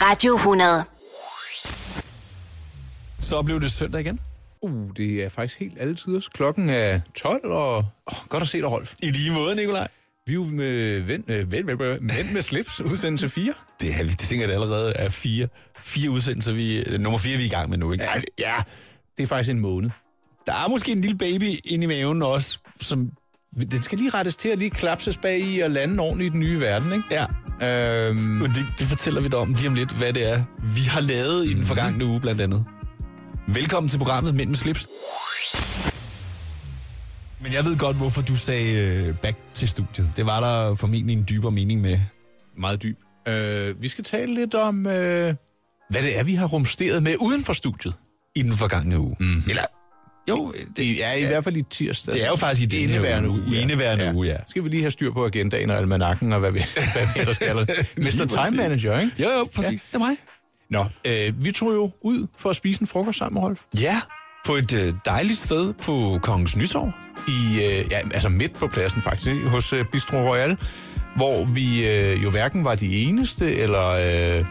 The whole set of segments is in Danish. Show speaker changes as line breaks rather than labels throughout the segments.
Radio 100.
Så blev det søndag igen.
Uh, det er faktisk helt alle tiders. Klokken er 12, og oh, godt at se dig, Rolf.
I lige måde, Nikolaj.
Vi er jo med Vend øh, Vend med, Vend med slips, udsendelse 4.
Det, er, det tænker jeg det allerede er fire, fire udsendelser, vi, øh, nummer fire, vi er i gang med nu. Ikke? Ja. ja,
Det er faktisk en måned.
der er måske en lille baby inde i maven også, som...
Den skal lige rettes til at lige klapses bag i og lande ordentligt i den nye verden, ikke?
Ja,
Øhm,
men det, det fortæller vi dig om lige om lidt, hvad det er, vi har lavet i den forgangne uge blandt andet. Velkommen til programmet Mænd med slips. Men jeg ved godt, hvorfor du sagde øh, back til studiet. Det var der formentlig en dybere mening med.
meget dyb. Øh, vi skal tale lidt om, øh, hvad det er, vi har rumsteret med uden for studiet.
i den forgangne uge. Mm. Eller, jo,
øh, Det
det,
er i hvert fald i tirsdag.
det er jo faktisk i
I
denne
indeværende uge.
I indeværende uge, ja.
Skal vi lige have styr på agendaen og almanakken og hvad vi, hvad vi ellers kalder det. Mr.
præcis.
Time Manager, ikke?
Jo, jo, præcis. Ja. Det er mig.
Nå, øh, vi tog jo ud for at spise en frokost sammen med Rolf.
Ja, på et øh, dejligt sted på Kongens Nytorv.
I, øh, ja, altså midt på pladsen faktisk, ikke? hos øh, Bistro Royal, hvor vi øh, jo hverken var de eneste, eller... Øh,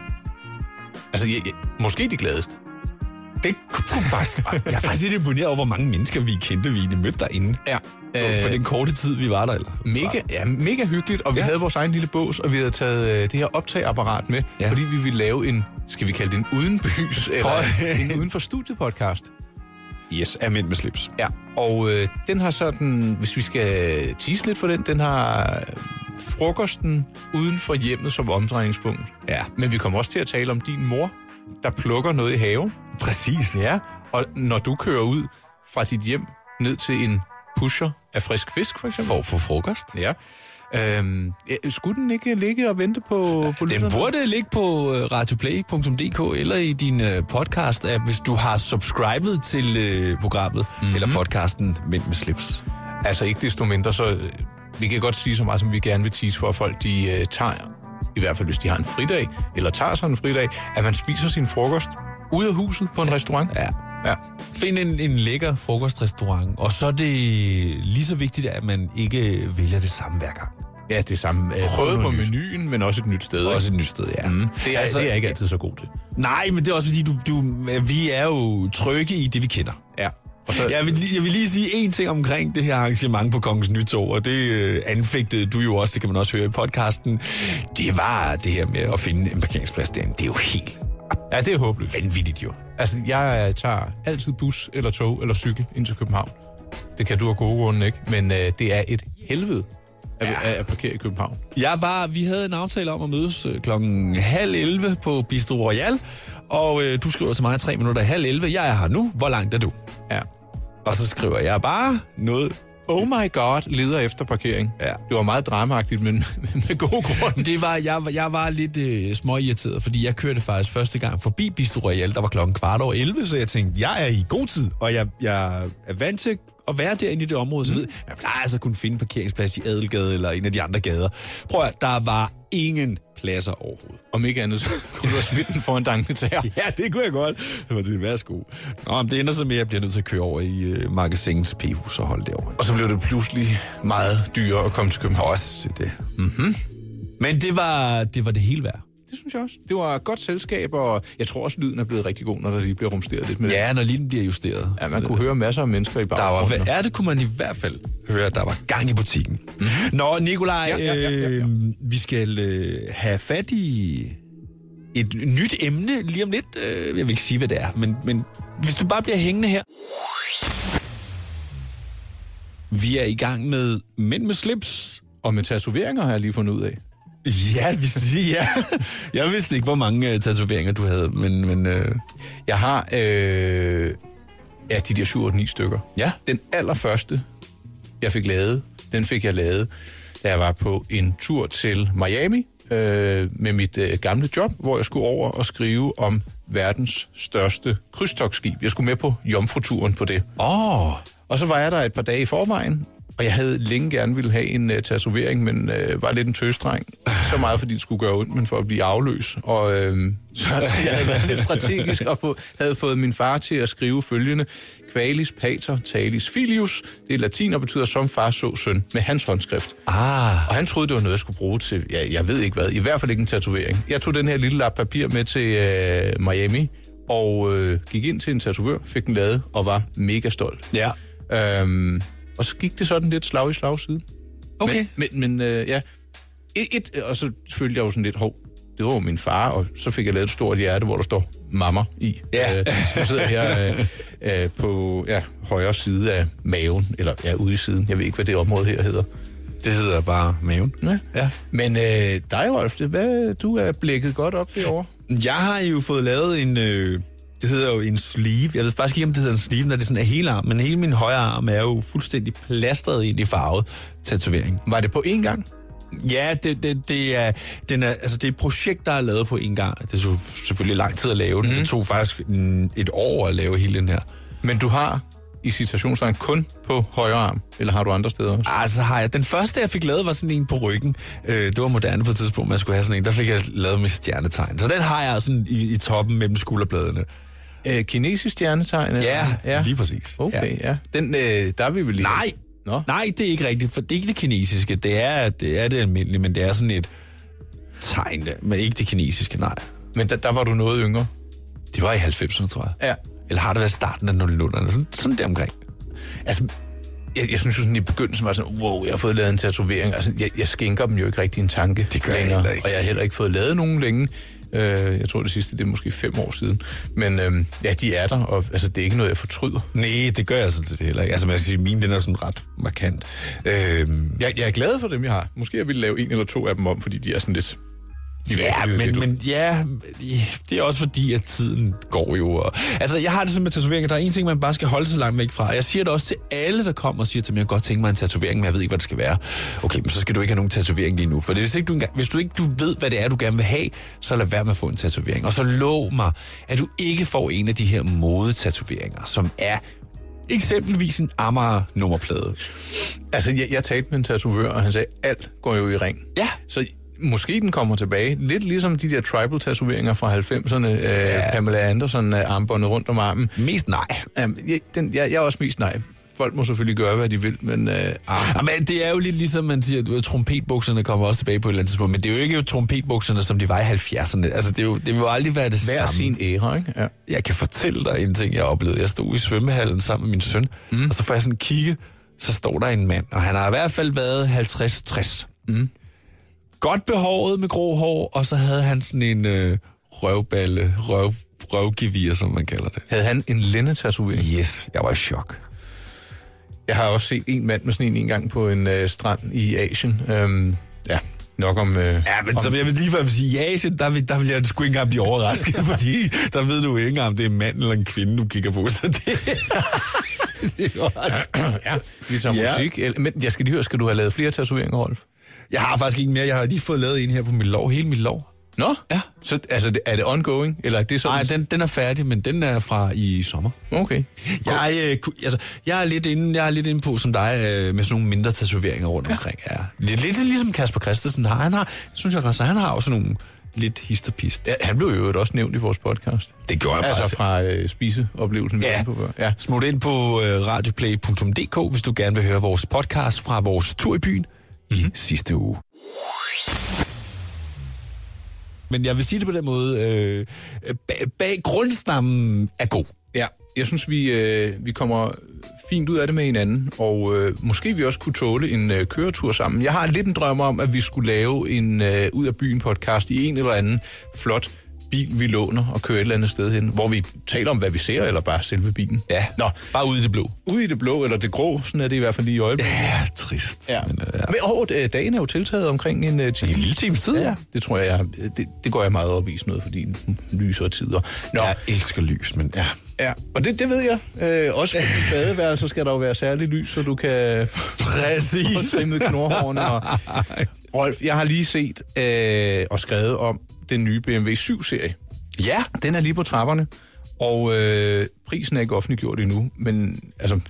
altså, ja, ja, måske de gladeste.
Det kunne faktisk... Jeg er faktisk lidt imponeret over, hvor mange mennesker vi kendte, vi egentlig mødte derinde.
Ja.
Øh, for den korte tid, vi var der. Eller?
Mega, ja, mega hyggeligt, og vi
Ja.
ja. havde vores egen lille bås, og vi havde taget øh, det her optageapparat med,
Ja.
ja. fordi vi ville lave en, skal vi kalde det en udenbys, eller
Prøv-
en uden for studiepodcast.
Yes, er mænd med slips.
Ja, og øh, den har sådan, hvis vi skal tease lidt for den, den har øh, frokosten uden for hjemmet som omdrejningspunkt.
Ja,
Men vi kommer også til at tale om din mor, der plukker noget i haven.
præcis.
Ja. Og når du kører ud fra dit hjem ned til en pusher af frisk fisk, for eksempel.
For, for frokost.
Ja. Øhm, ja, skulle den ikke ligge og vente på, på
Den burde ligge på øh, radioplay.dk eller i din øh, podcast-app, hvis du har subscribet til øh, programmet mm-hmm. eller podcasten Mænd med slips.
Altså ikke desto mindre, så øh, vi kan godt sige så meget, som vi gerne vil tease for, at folk de øh, tager, i hvert fald hvis de har en fridag, eller tager sig en fridag, at man spiser sin frokost ude af huset på en restaurant.
Ja.
ja.
Find en, en lækker frokostrestaurant, og så er det lige så vigtigt, at man ikke øh, vælger det samme hver gang.
Ja, det samme. Øh,
Prøv
både på
noget nyt.
menuen, men også et nyt sted.
Det er
ikke?
også et nyt sted, ja.
Mm. Det, er, altså, det er jeg ikke altid så god til.
Nej, men det er også fordi, du, du, vi er jo trygge i det, vi kender.
Ja. Og så,
Jeg vil, lige- jeg vil lige sige en ting omkring det her arrangement på Kongens Nytorv, og det øh, anfægtede du jo også, det kan man også høre i podcasten. Det var det her med at finde en parkeringsplads derinde. Det er jo helt
ja, det er håbløst.
vanvittigt jo.
Altså, jeg øh, tager altid bus eller tog eller cykel ind til København. Det kan du af gode grunde, ikke? Men øh, det er et helvede at, ja. at, at parkere i København.
Jeg var, vi havde en aftale om at mødes øh, klokken halv 11 på Bistro Royal, og øh, du skriver til mig tre minutter i halv 11. Jeg er her nu. Hvor langt er du?
Ja.
Og så skriver jeg bare noget.
Oh my god, leder efter parkering.
Ja.
Det var meget dramaagtigt, men men med god grund.
Det var, jeg, var- jeg var lidt øh, småirriteret, fordi jeg kørte faktisk første gang forbi Bistro Royal, der var klokken kvart over 11, så jeg tænkte, jeg er i god tid, og jeg, jeg er vant til at være derinde i det område,
Mm.
så ved, man plejer altså at kunne finde en parkeringsplads i Adelgade eller en af de andre gader. Prøv at, høre, der var ingen pladser overhovedet.
Om ikke andet, så kunne du have smidt den for en danketager.
Ja, det kunne jeg godt. Det var sådan, værsgo. Nå, men det ender så med, at jeg bliver nødt til at køre over i øh, magasinens p-hus og holde derovre.
Og så blev det pludselig meget dyrere at komme til København.
Også det. Mm-hmm. Men det var det, var det hele værd.
Det synes jeg også. Det var et godt selskab, og jeg tror også, lyden er blevet rigtig god, når der lige bliver rumsteret lidt med det.
Ja, når linjen bliver justeret.
Ja, man kunne høre masser af mennesker i
Der var,
baggrunden.
hvad er det, kunne man i hvert fald høre, at der var gang i butikken. Mm-hmm. Nå, Nikolaj, ja, ja, ja, ja, ja. Øh, vi skal øh, have fat i et nyt emne lige om lidt. Øh, jeg vil ikke sige, hvad det er, men, men hvis du bare bliver hængende her. Vi er i gang med Mænd med slips.
Og med tatoveringer har jeg lige fundet ud af.
Ja, vi siger ja. Jeg vidste ikke, hvor mange øh, tatoveringer du havde, men... men øh,
Jeg har øh, ja, de der 7 9 stykker.
ja,
Den allerførste, jeg fik lavet, den fik jeg lavet, da jeg var på en tur til Miami øh, med mit øh, gamle job, hvor jeg skulle over og skrive om verdens største krydstogsskib. Jeg skulle med på jomfruturen på det.
Åh, oh,
Og så var jeg der et par dage i forvejen, Og jeg havde længe gerne ville have en uh, tatovering, men uh, var lidt en tøsdreng. Så meget, fordi det skulle gøre ondt, men for at blive afløs. Og uh, så jeg havde været lidt strategisk og få, havde fået min far til at skrive følgende. Qualis pater talis filius. Det er latin og betyder som far så søn med hans håndskrift.
Ah,
Og han troede, det var noget, jeg skulle bruge til, ja, jeg ved ikke hvad, i hvert fald ikke en tatovering. Jeg tog den her lille lap papir med til øh, Miami, og øh, gik ind til en tatovør, fik den lavet, og var mega stolt.
ja.
Øhm, og så gik det sådan lidt slag i slag siden.
Okay.
Men, men, men øh, ja, et, et, og så følte jeg jo sådan lidt, hov, det var jo min far, og så fik jeg lavet et stort hjerte, hvor der står mamma i.
Ja.
Øh, så sidder jeg øh, øh, på ja, højre side af maven, eller ja, ude i siden. Jeg ved ikke, hvad det område her hedder.
Det hedder bare maven.
Ja.
Ja.
Men øh, dig, Rolf, det, hvad, du er blikket godt op derovre.
Jeg har jo fået lavet en... Øh, det hedder jo en sleeve. Jeg ved faktisk ikke, om det hedder en sleeve, når det sådan er hele armen. Men hele min højre arm er jo fuldstændig plastret ind i farvet tatovering.
Var det på én gang?
Ja, det, det, det, er, den er, altså, det er et projekt, der er lavet på en gang. Det er jo selvfølgelig lang tid at lave den. Mm. Det tog faktisk mm, et år at lave hele den her.
Men du har i citationstegn kun på højre arm, eller har du andre steder også?
Altså har jeg. Den første, jeg fik lavet, var sådan en på ryggen. Øh, det var moderne på et tidspunkt, man skulle have sådan en. Der fik jeg lavet med stjernetegn. Så den har jeg sådan i, i toppen mellem skulderbladene.
Øh, kinesisk stjernetegn? eller-
Ja,
ja,
lige præcis. Ja.
Okay, ja. Den, øh, der er vi vel lige...
Nej!
Nå,
Nej, det er ikke rigtigt, for det er ikke det kinesiske. Det er det, er det almindelige, men det er sådan et tegn, der- men ikke det kinesiske, nej.
men der, der var du noget yngre.
Det var i 90'erne, tror jeg.
Ja.
Eller har det været starten af 00'erne? Sådan, sådan der omkring.
Altså, jeg, jeg synes jo sådan i begyndelsen var sådan, wow, jeg har fået lavet en tatovering. Altså, jeg, jeg skænker dem jo ikke rigtig en tanke
Det gør jeg
længere,
heller ikke.
Og jeg har heller ikke fået lavet nogen længe. Øh, jeg tror det sidste, det er måske fem år siden. Men øh, ja, de er der, og altså, det er ikke noget, jeg fortryder.
Nej, det gør jeg sådan set heller ikke. Altså man kan sige, min den er sådan ret markant. Øhm,
Jeg, jeg er glad for dem, jeg har. Måske jeg ville lave en eller to af dem om, fordi de er sådan lidt... De
Ja, men, men ja, det er også fordi, at tiden går jo. Og, altså, jeg har det sådan med tatoveringer. Der er en ting, man bare skal holde sig langt væk fra. Jeg siger det også til alle, der kommer og siger til mig, jeg kunne godt tænke mig en tatovering, men jeg ved ikke, hvad det skal være. Okay, men så skal du ikke have nogen tatovering lige nu. For hvis, ikke du, engang- hvis du ikke du ved, hvad det er, du gerne vil have, så lad være med at få en tatovering. Og så lov mig, at du ikke får en af de her modetatoveringer, som er eksempelvis en Amager-nummerplade.
Altså, jeg, jeg talte med en tatovør, og han sagde, alt går jo i ring.
Ja.
Så måske den kommer tilbage. Lidt ligesom de der tribal-tatoveringer fra 90'erne. Ja. Øh, Pamela Andersen øh, armbåndet rundt om armen.
Mest nej.
Um, jeg, den, jeg, jeg er også mest nej. Folk må selvfølgelig gøre, hvad de vil, men... Øh, ah.
Ja, men det er jo lidt ligesom, man siger, at du ved, trompetbukserne kommer også tilbage på et eller andet tidspunkt, men det er jo ikke trompetbukserne, som de var i 70'erne. Altså, det, er jo, det vil jo aldrig være det
Hver
samme.
sin ære, ikke? Ja.
Jeg kan fortælle dig en ting, jeg oplevede. Jeg stod i svømmehallen sammen med min søn, mm. og så får jeg sådan kigge, så står der en mand, og han har i hvert fald været 50-60. Mm. Godt behåret med grå hår, og så havde han sådan en øh, røvballe, røv, røvgevir, som man kalder det.
Havde han en lændetatovering?
Yes, jeg var i chok.
Jeg har også set en mand med sådan en en gang på en øh, strand i Asien. Um, ja, nok om... Øh,
Ja, men så vil jeg vil lige vil sige, i Asien, der vil, der vil jeg sgu ikke engang blive overrasket, fordi der ved du ikke engang, om det er en mand eller en kvinde, du kigger på. Så det, det er ret-
ja, vi tager
Ja.
ja. musik. Eller- Men jeg skal lige høre, skal du have lavet flere tatoveringer, Rolf?
jeg har faktisk ikke mere. Jeg har lige fået lavet en her på mit lov, hele mit lov.
Nå? Ja. Så altså, det- er det ongoing? Eller er det sådan...
Nej, den, den er færdig, men den er fra i sommer.
Okay.
Jeg, øh, ku- altså, jeg, er lidt inde, jeg er lidt inde på, som dig, øh, med sådan nogle mindre tatoveringer rundt omkring. Ja. Lidt, lidt ligesom Kasper Christensen har. Han har, synes jeg, altså, han har også nogle lidt histerpist.
Ja, han blev jo øvrigt også nævnt i vores podcast.
Det gjorde jeg
Altså fra øh, spiseoplevelsen, vi var
Ja.
inde på før. Ja.
Smut ind på øh, radioplay.dk, hvis du gerne vil høre vores podcast fra vores tur i byen i sidste uge. Men jeg vil sige det på den måde, øh, bag, bag grundstammen er god.
Ja, jeg synes, vi, øh, vi kommer fint ud af det med hinanden, og øh, måske vi også kunne tåle en øh, køretur sammen. Jeg har lidt en drøm om, at vi skulle lave en øh, ud af byen podcast i en eller anden flot bil, vi låner og kører et eller andet sted hen, hvor vi taler om, hvad vi ser, eller bare selve bilen.
Ja,
Nå,
bare ude i det blå.
ude i det blå, eller det grå, sådan er det i hvert fald lige i øjeblikket.
Ja, trist.
Ja.
Men, øh, ja.
Men over øh, dagen er jo tiltaget omkring en øh, time.
En lille times tid, ja.
Ja, det tror jeg, jeg det, det går jeg meget op i sådan noget, fordi lyser tider. Nå, ja.
Jeg elsker lys, men ja.
ja. Og det, det ved jeg. Øh, også på dit badeværelse skal der jo være særlig lys, så du kan få
Præcis.
trimmet knorhårene. Og... Rolf, jeg har lige set øh, og skrevet om den nye BMW 7-serie.
Ja,
Den er lige på trapperne, og øh, prisen er ikke offentliggjort endnu, men altså,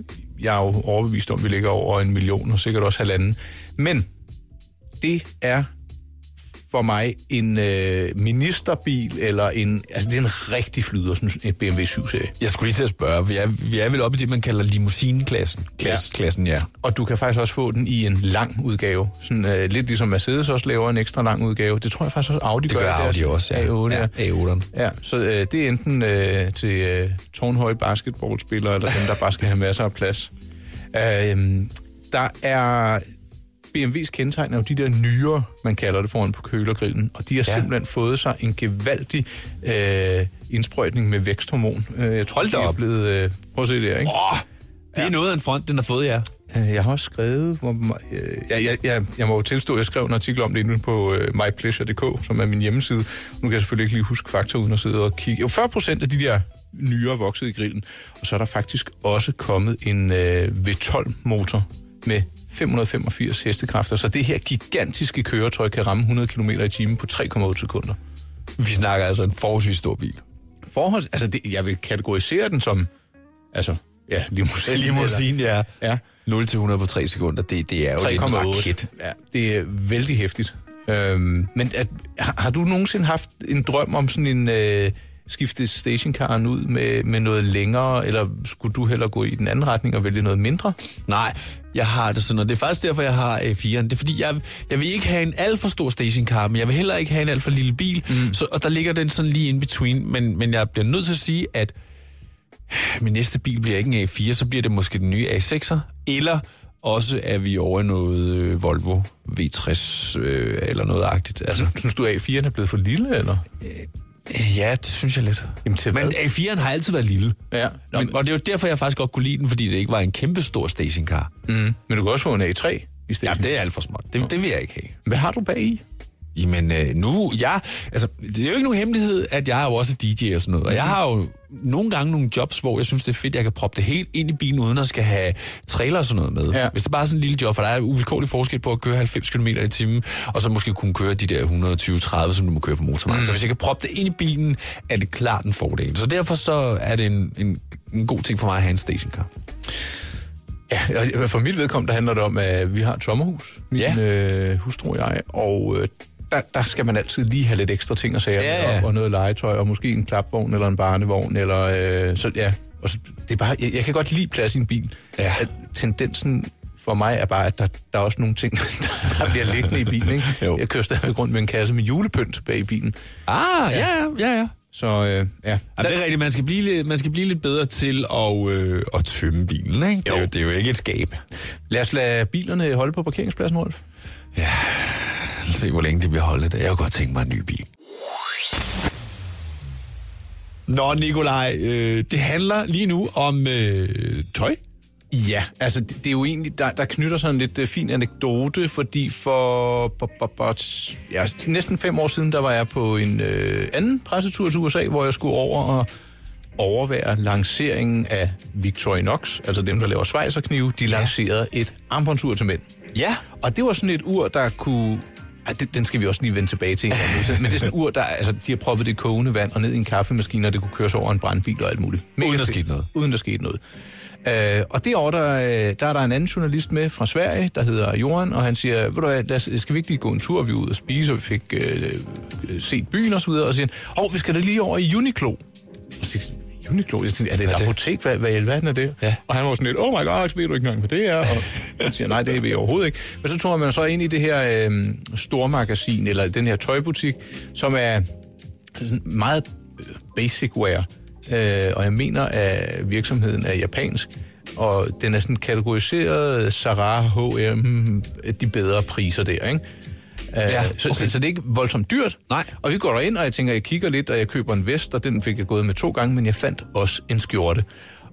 jeg er jo overbevist om, at vi ligger over en million, og sikkert også halvanden. Men det er for mig en øh, ministerbil, eller en... Altså, det er en rigtig flyder, sådan en BMW 7-serie.
Jeg skulle lige til at spørge, vi er, vi er vel oppe i det, man kalder limousineklassen. Klass, ja. Klassen, ja.
Og du kan faktisk også få den i en lang udgave. Sådan, øh, lidt ligesom Mercedes også laver en ekstra lang udgave. Det tror jeg faktisk også Audi
Det gør
i deres
Audi også, ja.
A8, ja.
ja. A8'eren.
Ja, så øh, det er enten øh, til øh, tårnhøje basketballspillere, eller dem, der bare skal have masser af plads. Øh, der er... BMW's kendetegn er jo de der nyere, man kalder det foran på kølergrillen, og de har ja. simpelthen fået sig en gevaldig øh, indsprøjtning med væksthormon. Øh, jeg tror,
Hold da
de er
op.
blevet... Øh, prøv at se det her, ikke?
Åh, det er noget af en front, den har fået jer.
Øh, Jeg har også skrevet... Hvor, me- øh, jeg, jeg, jeg, jeg må jo tilstå, at jeg skrev en artikel om det inde på øh, mypleasure.dk, som er min hjemmeside. Nu kan jeg selvfølgelig ikke lige huske fakta uden at sidde og kigge. Jo, 40 procent af de der nyere voksede i grillen. Og så er der faktisk også kommet en øh, V12-motor med 585 hestekræfter, så det her gigantiske køretøj kan ramme 100 km i timen på 3,8 sekunder.
Vi snakker altså en forholdsvis stor bil.
Forhold, altså det, jeg vil kategorisere den som, altså, ja, limousine.
ja.
Eller, ja,
0-100 på 3 sekunder, det, det er jo lidt en
3,8.
raket.
Ja, det er vældig hæftigt. Øhm, men at, har, har du nogensinde haft en drøm om sådan en øh, skifte stationcaren ud med, med noget længere, eller skulle du hellere gå i den anden retning og vælge noget mindre?
Nej, jeg har det sådan, og det er faktisk derfor, jeg har A4'eren. Det er fordi, jeg, jeg vil ikke have en alt for stor stationcar, men jeg vil heller ikke have en alt for lille bil. Mm. Så, og der ligger den sådan lige in between, men, men jeg bliver nødt til at sige, at min næste bil bliver ikke en A4, så bliver det måske den nye A6'er, eller også er vi over i noget øh, Volvo V60 øh, eller noget agtigt. Altså,
Synes du, at A4'en er blevet for lille, eller?
ja, det synes jeg lidt.
Jamen, til
Men
hvad?
A4'eren har altid været lille.
Ja, nå,
Men,
men,
og det er jo derfor, jeg faktisk godt kunne lide den, fordi det ikke var en kæmpe stor stationcar.
mm, men du kan også få en A3 i
Ja,
station.
det er alt for småt. Det, det vil jeg ikke have.
Hvad har du bag i?
Jamen øh, nu, jeg, altså, det er jo ikke nogen hemmelighed, at jeg er jo også DJ og sådan noget. Og jeg har jo nogle gange nogle jobs, hvor jeg synes, det er fedt, at jeg kan proppe det helt ind i bilen, uden at skal have trailer og sådan noget med.
Ja.
Hvis det bare er sådan en lille job, for der er uvilkårlig forskel på at køre 90 km i timen, og så måske kunne køre de der 120-30, som du må køre på motorvejen. Mm. Så hvis jeg kan proppe det ind i bilen, er det klart en fordel. Så derfor så er det en, en, en god ting for mig at have en stationcar.
Ja, og for mit vedkommende der handler det om, at vi har et sommerhus, min
Ja.
ja. øh, hustru og jeg, og øh, der, der skal man altid lige have lidt ekstra ting og sager
Ja,
med
ja.
op, og noget legetøj, og måske en klapvogn eller en barnevogn, eller øh, så, ja. Og så, det er bare, jeg, jeg kan godt lide plads i en bil.
Ja.
At tendensen for mig er bare, at der, der er også nogle ting, der, der bliver liggende i bilen. Ikke?
Jo.
Jeg kører stadigvæk rundt med en kasse med julepynt bag i bilen.
Ah, ja, ja, ja. ja.
Så øh, ja.
Ja, det er rigtigt. Man skal blive, lidt- man skal blive lidt bedre til at, øh, at tømme bilen, ikke? Det, er jo,
Jo.
det er jo ikke et skab.
Lad os lade bilerne holde på parkeringspladsen, Rolf.
Lad os se, hvor længe det bliver holdet. Jeg kunne godt tænke mig en ny bil. Nå, Nikolaj, øh, det handler lige nu om øh, tøj.
Ja, altså det, det er jo egentlig, der, der knytter sig en lidt øh, fin anekdote, fordi for b- b- b- ja, næsten fem år siden, der var jeg på en øh, anden pressetur til USA, hvor jeg skulle over og overvære lanceringen af Victorinox, altså dem, der laver svejserknive, de lancerede et armbåndsur til mænd.
Ja.
Og det var sådan et ur, der kunne... Ej, det, den skal vi også lige vende tilbage til. en gang nu. Så- Men det er sådan et ur, der... Altså, de har proppet det kogende vand og ned i en kaffemaskine, og det kunne køres over en brandbil og alt muligt. Mega
Uden der
fedt.
skete noget.
Uden der skete noget. Øh, og derovre, der, øh, der er der en anden journalist med fra Sverige, der hedder Joran, og han siger, ved du hvad, lad os, skal vi ikke lige gå en tur, vi er ude og spise, og vi fik øh, øh, set byen og så videre, og siger, han, åh, vi skal da lige over i Uniqlo. Og så tænkte jeg, Uniqlo? Jeg tænkte, er det et
det?
apotek? Hvad, hvad i alverden er det?
Ja.
Og han var sådan lidt, oh my god, ved du ikke engang, hvad det er? Og han siger, nej, det ved jeg overhovedet ikke. Men så tror man så ind i det her øh, stormagasin, eller den her tøjbutik, som er sådan meget øh, basic wear. Øh, og jeg mener, at virksomheden er japansk, og den er sådan kategoriseret Zara, H&M, de bedre priser der, ikke?
Ja,
Ja, okay. så,
okay.
så, så det er ikke voldsomt dyrt.
Nej.
Og vi går derind, og jeg tænker, jeg kigger lidt, og jeg køber en vest, og den fik jeg gået med to gange, men jeg fandt også en skjorte.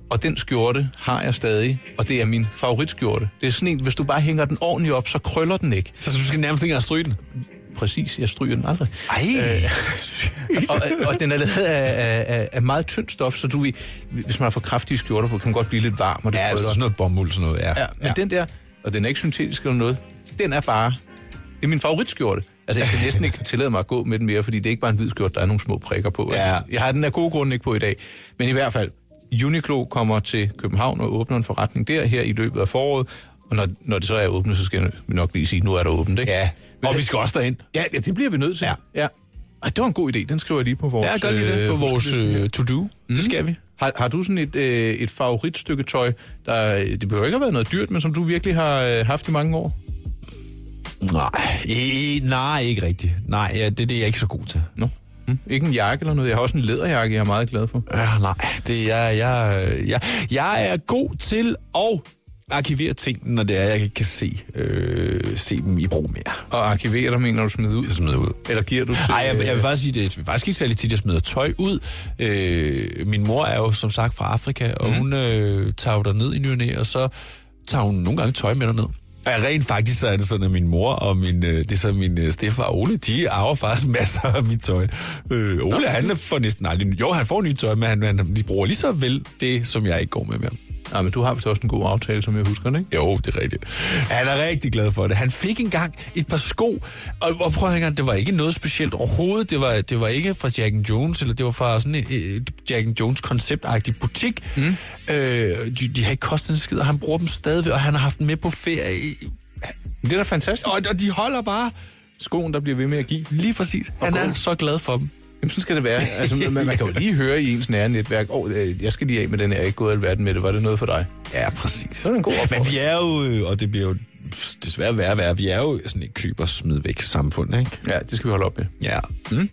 Og den skjorte har jeg stadig, og det er min favoritskjorte. Det er sådan en, hvis du bare hænger den ordentligt op, så krøller den ikke.
Så, så du skal nærmest ikke engang stryge den. Øh,
Præcis, jeg stryger den aldrig.
Ej.
og, og- og den er lavet af, af, af, af meget tyndt stof, så du, ved- hvis man har for kraftige skjorter på, kan man godt blive lidt varm, og det
ja, altså
krøller.
sådan noget bomuld, sådan noget. Ja,
Ja, men ja. den der, og den er ikke syntetisk eller noget, den er bare... Det er min favoritskjorte. Altså, jeg kan næsten ikke tillade mig at gå med den mere, fordi det er ikke bare en hvid skjorte, der er nogle små prikker på.
Ja.
Jeg har den af gode grunde ikke på i dag. Men i hvert fald, Uniqlo kommer til København og åbner en forretning der her i løbet af foråret. Og når, når det så er åbnet, så skal vi nok lige sige, at nu er der åbent, ikke?
Ja, og vi skal også derind.
Ja, ja det bliver vi nødt til.
Ja.
ja. Ej, det var en god idé. Den skriver jeg lige på vores...
Ja, gør lige det
øh,
på vores
huskeliste.
øh, to-do. Mm. Det skal vi.
Har, har du sådan et, øh, et favoritstykke tøj, der, det behøver ikke at være noget dyrt, men som du virkelig har øh, haft i mange år?
Nej, e- nej, ikke rigtigt. Nej, ja, det, det er jeg ikke så god til.
Nå. Mm. Ikke en jakke eller noget. Jeg har også en læderjakke, jeg er meget glad for.
Øh, nej, det er, jeg, jeg, jeg er god til at arkivere ting, når det er, jeg ikke kan se, øh, se dem i brug mere.
Og arkiverer dig, mener du smider ud?
Jeg smider ud.
Eller giver du til...
Nej, jeg, jeg
øh,
vil faktisk sige, det er faktisk ikke særlig tit, jeg smider tøj ud. Øh, min mor er jo som sagt fra Afrika, og mm. hun øh, tager jo ned i ny og næ, og så tager hun nogle gange tøj med derned. Og jeg rent faktisk, så er det sådan, at min mor og min, øh, det er så min øh, stefar Ole, de arver faktisk masser af mit tøj. Øh, Ole, Nå. han får næsten aldrig... Jo, han får nyt tøj, men han, han, de bruger lige så vel det, som jeg ikke går med mere.
Nej, men du har vist også en god aftale, som jeg husker det, ikke?
Jo, det er rigtigt. Han er rigtig glad for det. Han fik engang et par sko, og, og prøv at høre, det var ikke noget specielt overhovedet. Det var, det var ikke fra Jack and Jones, eller det var fra sådan en øh, Jack and Jones konceptagtig butik. Mm. Øh, de, de har ikke kostet en skid, og han bruger dem stadigvæk, og han har haft dem med på ferie.
Det er da fantastisk.
Og, og de holder bare
Skoen, der bliver ved med at give.
lige præcis. Han er så glad for dem.
Jamen, sådan skal det være. Altså, man, man kan jo lige høre i ens nære netværk, åh, oh, jeg skal lige af med den her, jeg er ikke gået alverden med det. Var det noget for dig?
Ja, præcis.
Det er en god opfordring.
Men vi er jo, øh, og det bliver jo desværre værre og værre, vi er jo sådan et køber smid væk samfund, ikke?
Ja, det skal vi holde op med.
Ja. Mm.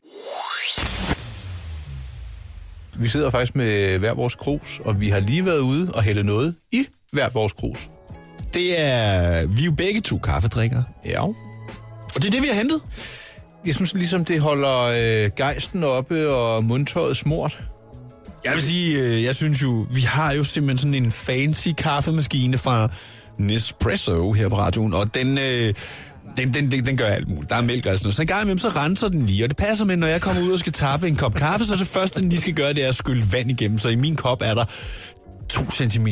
Vi sidder faktisk med hver vores krus, og vi har lige været ude og hælde noget i hver vores krus.
Det er, vi er jo begge to kaffedrikkere.
Ja.
Og det er det, vi har hentet.
Jeg synes ligesom, det holder øh, gejsten oppe og mundtøjet smurt.
Jeg vil sige, øh, jeg synes jo, vi har jo simpelthen sådan en fancy kaffemaskine fra Nespresso her på radioen, og den, øh, den, den, den, den gør alt muligt. Der er mælk og alt sådan noget. Så en gang imellem, så renser den lige, og det passer med, når jeg kommer ud og skal tappe en kop kaffe, så er det første, den lige skal gøre, det er at skylle vand igennem. Så i min kop er der 2 cm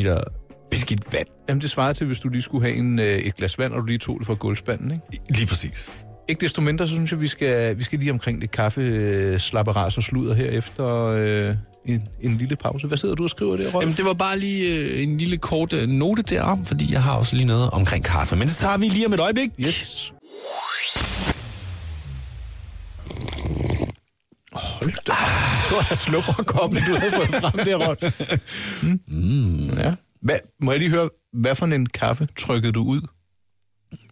beskidt vand.
Jamen, det svarer til, hvis du lige skulle have en, øh, et glas vand, og du lige tog det fra gulvspanden, ikke?
Lige præcis.
Ikke desto mindre, så synes jeg, vi skal, vi skal lige omkring det kaffe, øh, slapperas og sludder her efter øh, en, en lille pause. Hvad sidder du og skriver der, Rolf?
Jamen, det var bare lige øh, en lille kort øh, note derom, fordi jeg har også lige noget omkring kaffe. Men det tager vi lige om et øjeblik.
Yes. Hold da. Det var da slupperkoppen, du havde fået frem der, Rolf. Mm. Mm. Ja. Hvad, må jeg lige høre, hvad for en kaffe trykkede du ud?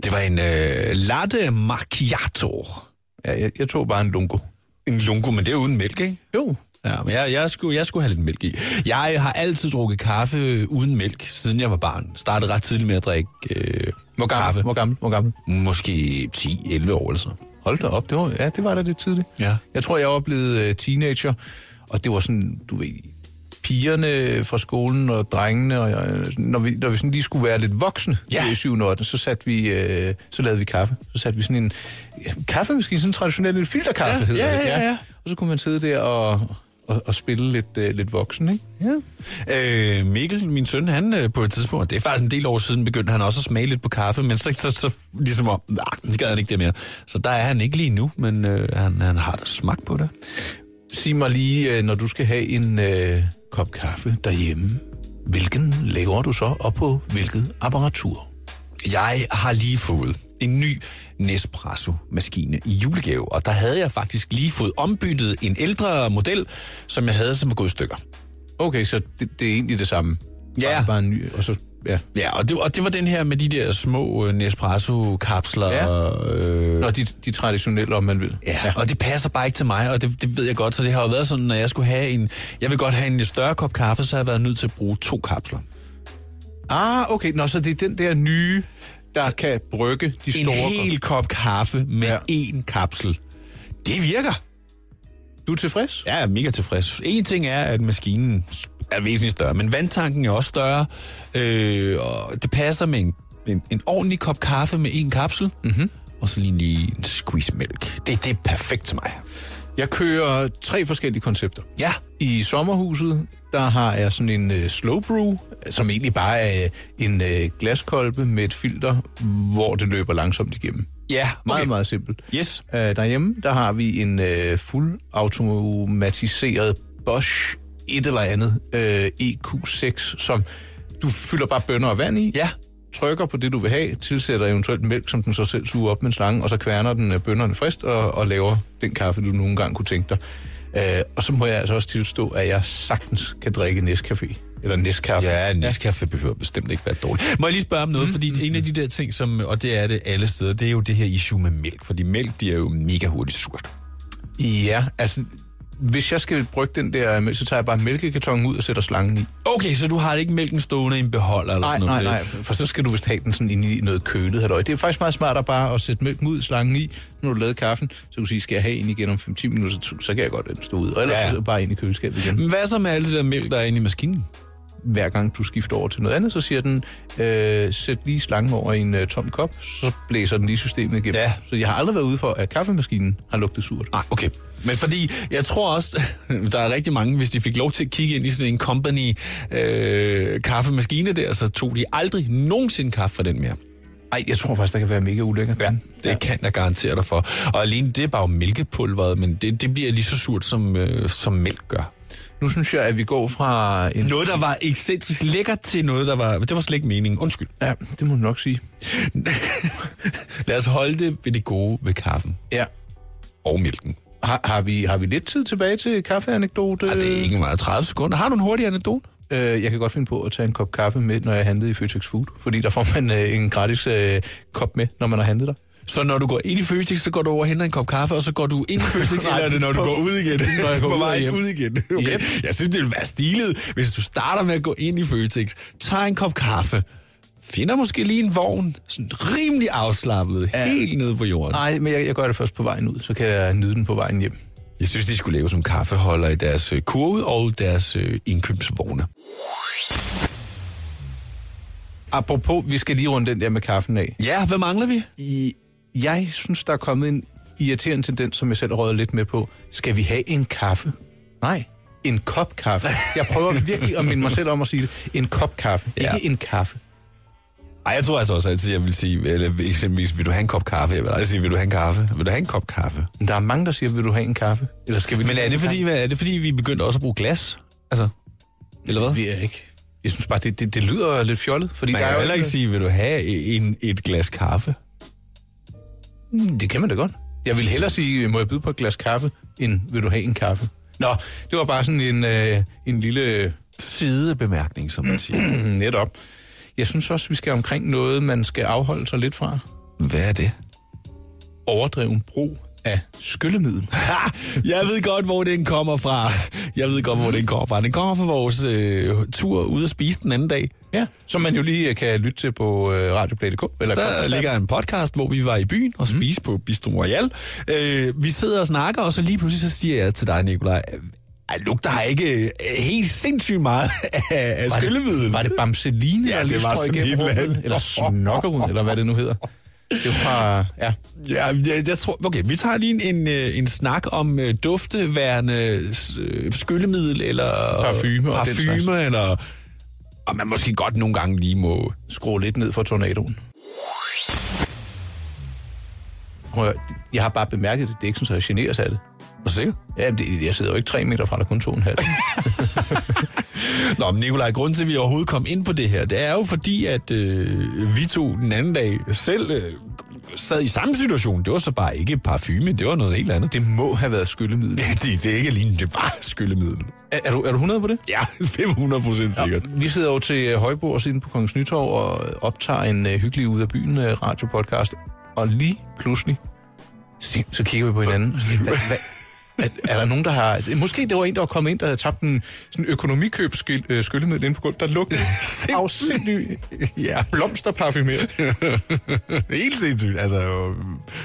Det var en øh, latte macchiato.
Ja, jeg, jeg tog bare en lungo.
En lungo, men det er uden mælk, ikke?
Jo.
Ja, men jeg, jeg, skulle, jeg skulle have lidt mælk i. Jeg har altid drukket kaffe uden mælk, siden jeg var barn. Startede ret tidligt med at drikke øh,
Hvor gammel?
kaffe.
Hvor gammel? Hvor gammel?
Måske 10-11 år altså. eller sådan noget.
Hold da op, det var, ja, det var da lidt tidligt.
Ja.
Jeg tror, jeg oplevede øh, teenager, og det var sådan, du ved, pigerne fra skolen og drengene, og jeg, øh, når, vi, når vi sådan lige skulle være lidt voksne
Ja.
i 7. og 8., så, satte vi, øh, så lavede vi kaffe. Så satte vi sådan en ja, kaffemaskine, sådan en traditionel en filterkaffe
Ja,
hedder
ja,
det.
ja, ja.
Og så kunne man sidde der og, og, og spille lidt, øh, lidt voksen, ikke? Ja.
Øh, Mikkel, min søn, han øh, på et tidspunkt, det er faktisk en del år siden, begyndte han også at smage lidt på kaffe, men så, så, så ligesom om, nej, det gad han ikke det mere. Så der er han ikke lige nu, men øh, han, han har da smagt på det.
Sig mig lige, øh, når du skal have en øh, kop kaffe derhjemme, hvilken laver du så, og på hvilket apparatur?
Jeg har lige fået en ny Nespresso-maskine i julegave, og der havde jeg faktisk lige fået ombyttet en ældre model, som jeg havde, som var gået i stykker.
Okay, så det, det er egentlig det samme.
Ja.
Bare, bare en ny, og så, ja.
Ja, og det, og det var den her med de der små øh, Nespresso-kapsler.
Ja.
Ja. Øh,
Nå, de, de traditionelle, om man vil.
ja, og det passer bare ikke til mig, og det, det ved jeg godt, så det har jo været sådan, når jeg skulle have en... Jeg vil godt have en lidt større kop kaffe, så har jeg været nødt til at bruge to kapsler.
Ah, okay. Nå, så det er den der nye, der så kan brygge de
En
store...
hel kop kaffe med
Ja.
én kapsel. Det virker!
Du er tilfreds?
Jeg er mega tilfreds. En ting er, at maskinen er væsentligt større, men vandtanken er også større, øh, og det passer med en, en, en ordentlig kop kaffe med en kapsel,
Mhm.
mm-hmm. og så lige, lige en squeeze mælk. Det, det er perfekt til mig.
Jeg kører tre forskellige koncepter.
Ja,
I sommerhuset, der har jeg sådan en øh, slow brew, som egentlig bare er øh, en øh, glaskolbe med et filter, hvor det løber langsomt igennem.
ja,
Meget, okay. meget simpelt.
Yes.
Øh, derhjemme, der har vi en øh, fuldautomatiseret Bosch et eller andet øh, EQ6, som du fylder bare bønner og vand i,
Ja,
trykker på det, du vil have, tilsætter eventuelt mælk, som den så selv suger op med en slange, og så kværner den øh, bønderne frist og, og laver den kaffe, du nogle gange kunne tænke dig. Øh, og så må jeg altså også tilstå, at jeg sagtens kan drikke Nescafé, eller Nescafé.
Ja, Nescafé behøver bestemt ikke være dårligt. Må jeg lige spørge om
Mm-hmm.
noget, fordi en af de der ting, som, og det er det alle steder, det er jo det her issue med mælk, fordi mælk bliver jo mega hurtigt surt.
Ja, altså, hvis jeg skal brygge den der mælk, så tager jeg bare mælkekartongen ud og sætter slangen i.
Okay, så du har ikke mælken stående i en beholder eller
Nej,
sådan
nej,
noget?
nej, for så skal du vist have den sådan inde i noget kølet halløj. Det er faktisk meget smart at bare at sætte mælken ud, slangen i, når du lavet kaffen, så kan du sige, skal jeg have en igen om 5-10 minutter, så- så kan jeg godt lade den stå ud. Og ellers
Ja, ja.
ja. så bare ind i køleskabet igen.
Men hvad så med alle det der mælk, der er inde i maskinen?
hver gang du skifter over til noget andet, så siger den, øh, sæt lige slangen over i en øh, tom kop, så blæser den lige systemet igennem.
Ja.
Så jeg har aldrig været ude for, at kaffemaskinen har lugtet surt.
Nej, okay. Men fordi, jeg tror også, der er rigtig mange, hvis de fik lov til at kigge ind i sådan en company øh, kaffemaskine der, så tog de aldrig nogensinde kaffe fra den mere.
Ej, jeg tror faktisk, der kan være mega ulækkert.
Ja, det ja. kan jeg garantere dig for. Og alene det er bare jo mælkepulveret, men det, det bliver lige så surt, som, øh, som mælk gør.
Nu synes jeg, at vi går fra en...
Noget, der var ekscentrisk lækkert til noget, der var... Det var slet ikke meningen. Undskyld.
Ja, det må du nok sige.
Lad os holde det ved det gode ved kaffen
Ja.
og mælken.
Har, har, vi, har vi lidt tid tilbage til kaffeanekdote?
Ej, det er ikke meget. 30 sekunder. Har du en hurtig anekdote?
Øh, jeg kan godt finde på at tage en kop kaffe med, når jeg handlede i Føtex Food, fordi der får man øh, en gratis øh, kop med, når man har handlet der.
Så når du går ind i Føtex, så går du over og henter en kop kaffe, og så går du ind i Føtex, eller er det, når du
på-
går ud igen?
Når jeg går
på
ud og
vej
hjem.
ud igen. Okay.
Yep.
Jeg synes, det ville være stilet, hvis du starter med at gå ind i Føtex, tager en kop kaffe, finder måske lige en vogn, sådan rimelig afslappet, ja. Ah. helt nede på jorden.
Nej, men jeg, jeg gør det først på vejen ud, så kan jeg nyde den på vejen hjem.
Jeg synes, de skulle lave som kaffeholder i deres øh, kurve og deres øh, indkøbsvogne.
Apropos, vi skal lige runde den der med kaffen af.
Ja, hvad mangler vi?
I, jeg synes, der er kommet en irriterende tendens, som jeg selv råder lidt med på. Skal vi have en kaffe? Nej, en kop kaffe. Jeg prøver virkelig at minde mig selv om at sige det. En kop kaffe,
Ja.
ja. ikke en kaffe.
Ej, jeg tror altså også altid, jeg vil sige, eller eksempelvis, vil du have en kop kaffe? Jeg vil aldrig sige, vil du have en kaffe? Vil du have en kop kaffe?
Men der er mange, der siger, vil du have en kaffe? Eller skal vi
Men er det fordi, hvad, er det fordi vi begyndte også at bruge glas? Altså, eller hvad?
Vi er ikke. Jeg synes bare, det, det, det lyder lidt fjollet. Fordi
Man
der
kan
er
jo
jo
heller ikke sige, vil du have en, et glas kaffe?
Mm, Det kan man da godt. Jeg vil hellere sige, må jeg byde på et glas kaffe, end vil du have en kaffe? Nå, det var bare sådan en, øh, en lille
Sidebemærkning, som man siger.
Netop. Jeg synes også, vi skal omkring noget, man skal afholde sig lidt fra.
Hvad er det?
Overdreven brug af skyllemiddel.
Ha! Jeg ved godt, hvor den kommer fra. Jeg ved godt, hvor den kommer fra. Den kommer fra vores øh, tur ud at spise den anden dag.
Ja, som man jo lige øh, kan lytte til på øh, radioplay.dk. Eller
Der ligger en podcast, hvor vi var i byen og spiste på Bistro Royal. Øh, vi sidder og snakker, og så lige pludselig så siger jeg til dig, Nikolaj, "Ej, lugter har ikke øh, helt sindssygt meget af, af
Var
skyllemiddel.
det, var det Bamseline,
Ja,
der
det
lige
var
strøg
sådan
igennem
et eller
rummet?
andet.
Eller snokkerud, eller hvad det nu hedder. Det var... Ja.
Ja, jeg, jeg tror, okay, vi tager lige en, en, øh, en snak om øh, dufteværende s- øh, skyllemiddel eller
Parfume og den
parfume eller og man måske godt nogle gange lige må...
skrue lidt ned for tornadoen. Prøv at høre, Jeg har bare bemærket det. Det er ikke sådan, at jeg generer sig af det.
Er du sikker?
Ja, det, jeg sidder jo ikke tre meter fra dig, kun to og en halv.
Nå, men Nikolaj, grunden til, at vi overhovedet kom ind på det her, det er jo fordi, at øh, vi to den anden dag selv øh, sad i samme situation. Det var så bare ikke parfume, det var noget helt andet.
Det må have været skyllemiddel.
Det, det, det er ikke lige, det var skyllemiddel.
Er, er, du, er du 100 på det?
Ja, 500 procent sikkert.
Vi sidder jo til øh, Højborg siden på Kongens Nytorv og optager en øh, hyggelig ud af byen øh, radiopodcast. Og lige pludselig, så så kigger vi på hinanden. og siger, Hvad, hvad, er, er der nogen, der har... Måske det var en, der var kommet ind, der havde tabt en sådan økonomikøb øh, skyllemiddel inde på gulvet, der lugtede afsindig
Ja.
blomsterparfumeret.
Helt sindssygt. Altså,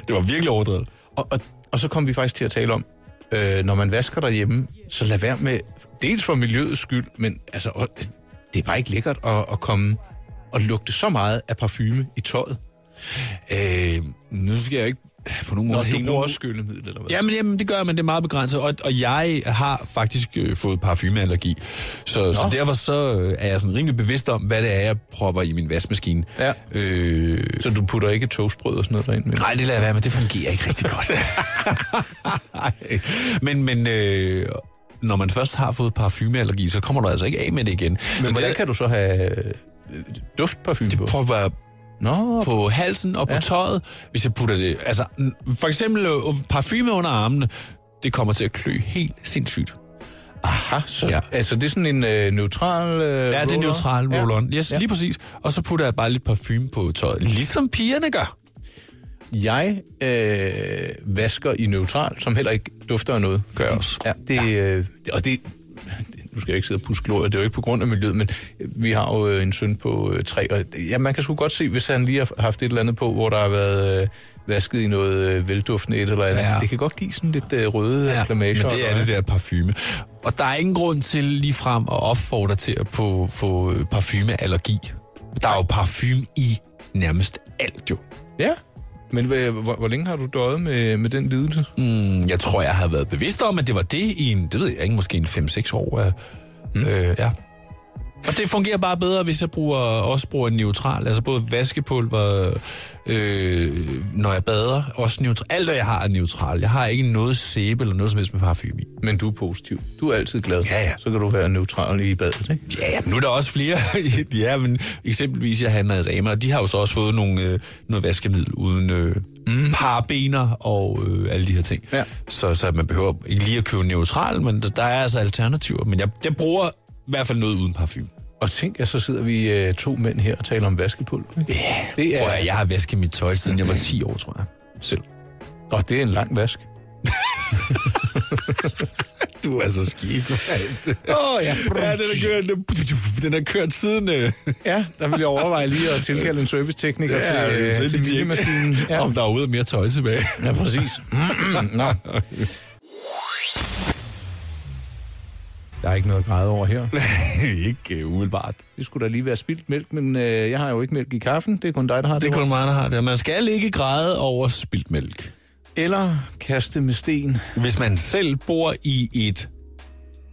det var virkelig overdrevet.
Og, og, og så kom vi faktisk til at tale om, øh, når man vasker derhjemme, så lad være med, dels for miljøets skyld, men altså, og, det er bare ikke lækkert at, at komme og lugte så meget af parfume i tøjet.
Øh, nu skal jeg ikke på nogen måde hænge nogen-
skyllemiddel, eller hvad? Ja.
Jamen, jamen, det gør jeg, men det er meget begrænset, og, og jeg har faktisk øh, fået parfumeallergi, så, så derfor så øh, er jeg sådan rimelig bevidst om, hvad det er, jeg propper i min vaskemaskine.
Ja.
Øh,
Så du putter ikke toastbrød og sådan noget derind? Men...
nej, det lader jeg være, men det fungerer ikke rigtig godt. men men øh, når man først har fået parfumeallergi, så kommer du altså ikke af med det igen.
Men
så
hvordan kan du så have øh, duftparfume på?
Prøv at være
Nå,
på halsen og på ja. tøjet, hvis jeg putter det... Altså, n- for eksempel øh, parfume under armene, det kommer til at klø helt sindssygt.
aha, så,
Ja.
ja. altså det er sådan en øh, neutral øh,
Ja, det er neutral roll-on. Ja. Yes, ja. lige præcis. Og så putter jeg bare lidt parfume på tøjet, ligesom pigerne gør.
Jeg øh, vasker i neutral, som heller ikke dufter af noget. Gør
jeg også.
Ja, det, øh, og det, nu skal jeg ikke sidde og puske glorie, det er jo ikke på grund af miljøet, men vi har jo øh, en søn på øh, tre, og ja, man kan sgu godt se, hvis han lige har haft et eller andet på, hvor der har været øh, vasket i noget øh, velduftende et eller andet.
Ja.
Ja. Det kan godt give sådan lidt øh, røde ja,
men
reklamager.
det er det der parfume. Og der er ingen grund til lige frem at opfordre til at få, få øh, parfumeallergi. Der er jo parfume i nærmest alt jo.
Ja, men hvad, hvor, hvor længe har du døjet med, med den lidelse?
Mm, jeg tror, jeg har været bevidst om, at det var det i en, det ved jeg ikke, måske en 5-6 år. Øh, mm. øh, ja. Og det fungerer bare bedre, hvis jeg bruger, også bruger en neutral, altså både vaskepulver, øh, når jeg bader, også neutral. Alt, hvad jeg har er neutral. Jeg har ikke noget sæbe eller noget som helst med parfume i.
Men du er positiv. Du er altid glad.
Ja, ja.
Så kan du være neutral i badet, ikke?
Ja, ja, men nu er der også flere. ja, men eksempelvis, jeg handler i Rema, og de har jo så også fået nogle, øh, noget vaskemiddel uden øh, mm. parabener og øh, alle de her ting.
Ja.
Så, så man behøver ikke lige at købe neutral, men der, der er altså alternativer. Men jeg, jeg bruger i hvert fald noget uden parfume.
Og tænk, at så sidder vi øh, to mænd her og taler om vaskepulver. Ikke?
Yeah.
Det
Ja.
er,
Prøv at høre, jeg har vasket mit tøj, siden jeg var 10 år, tror jeg. Selv.
og det er en lang vask.
Du er så skidt.
Åh oh, ja.
ja, den er kørt, den er kørt siden... Øh,
Ja, der vil jeg overveje lige at tilkalde en servicetekniker ja, til, øh, til miljømaskinen.
ja.
Ja.
Om der er ude mere tøj tilbage.
ja, præcis. Nå. Der er ikke noget at græde over her.
ikke øh, umiddelbart.
Det skulle da lige være spildt mælk, men øh, jeg har jo ikke mælk i kaffen. Det er kun dig, der har det.
Det er
ord.
kun mig, der har det. Man skal ikke græde over spildt mælk.
Eller kaste med sten.
Hvis man selv bor i et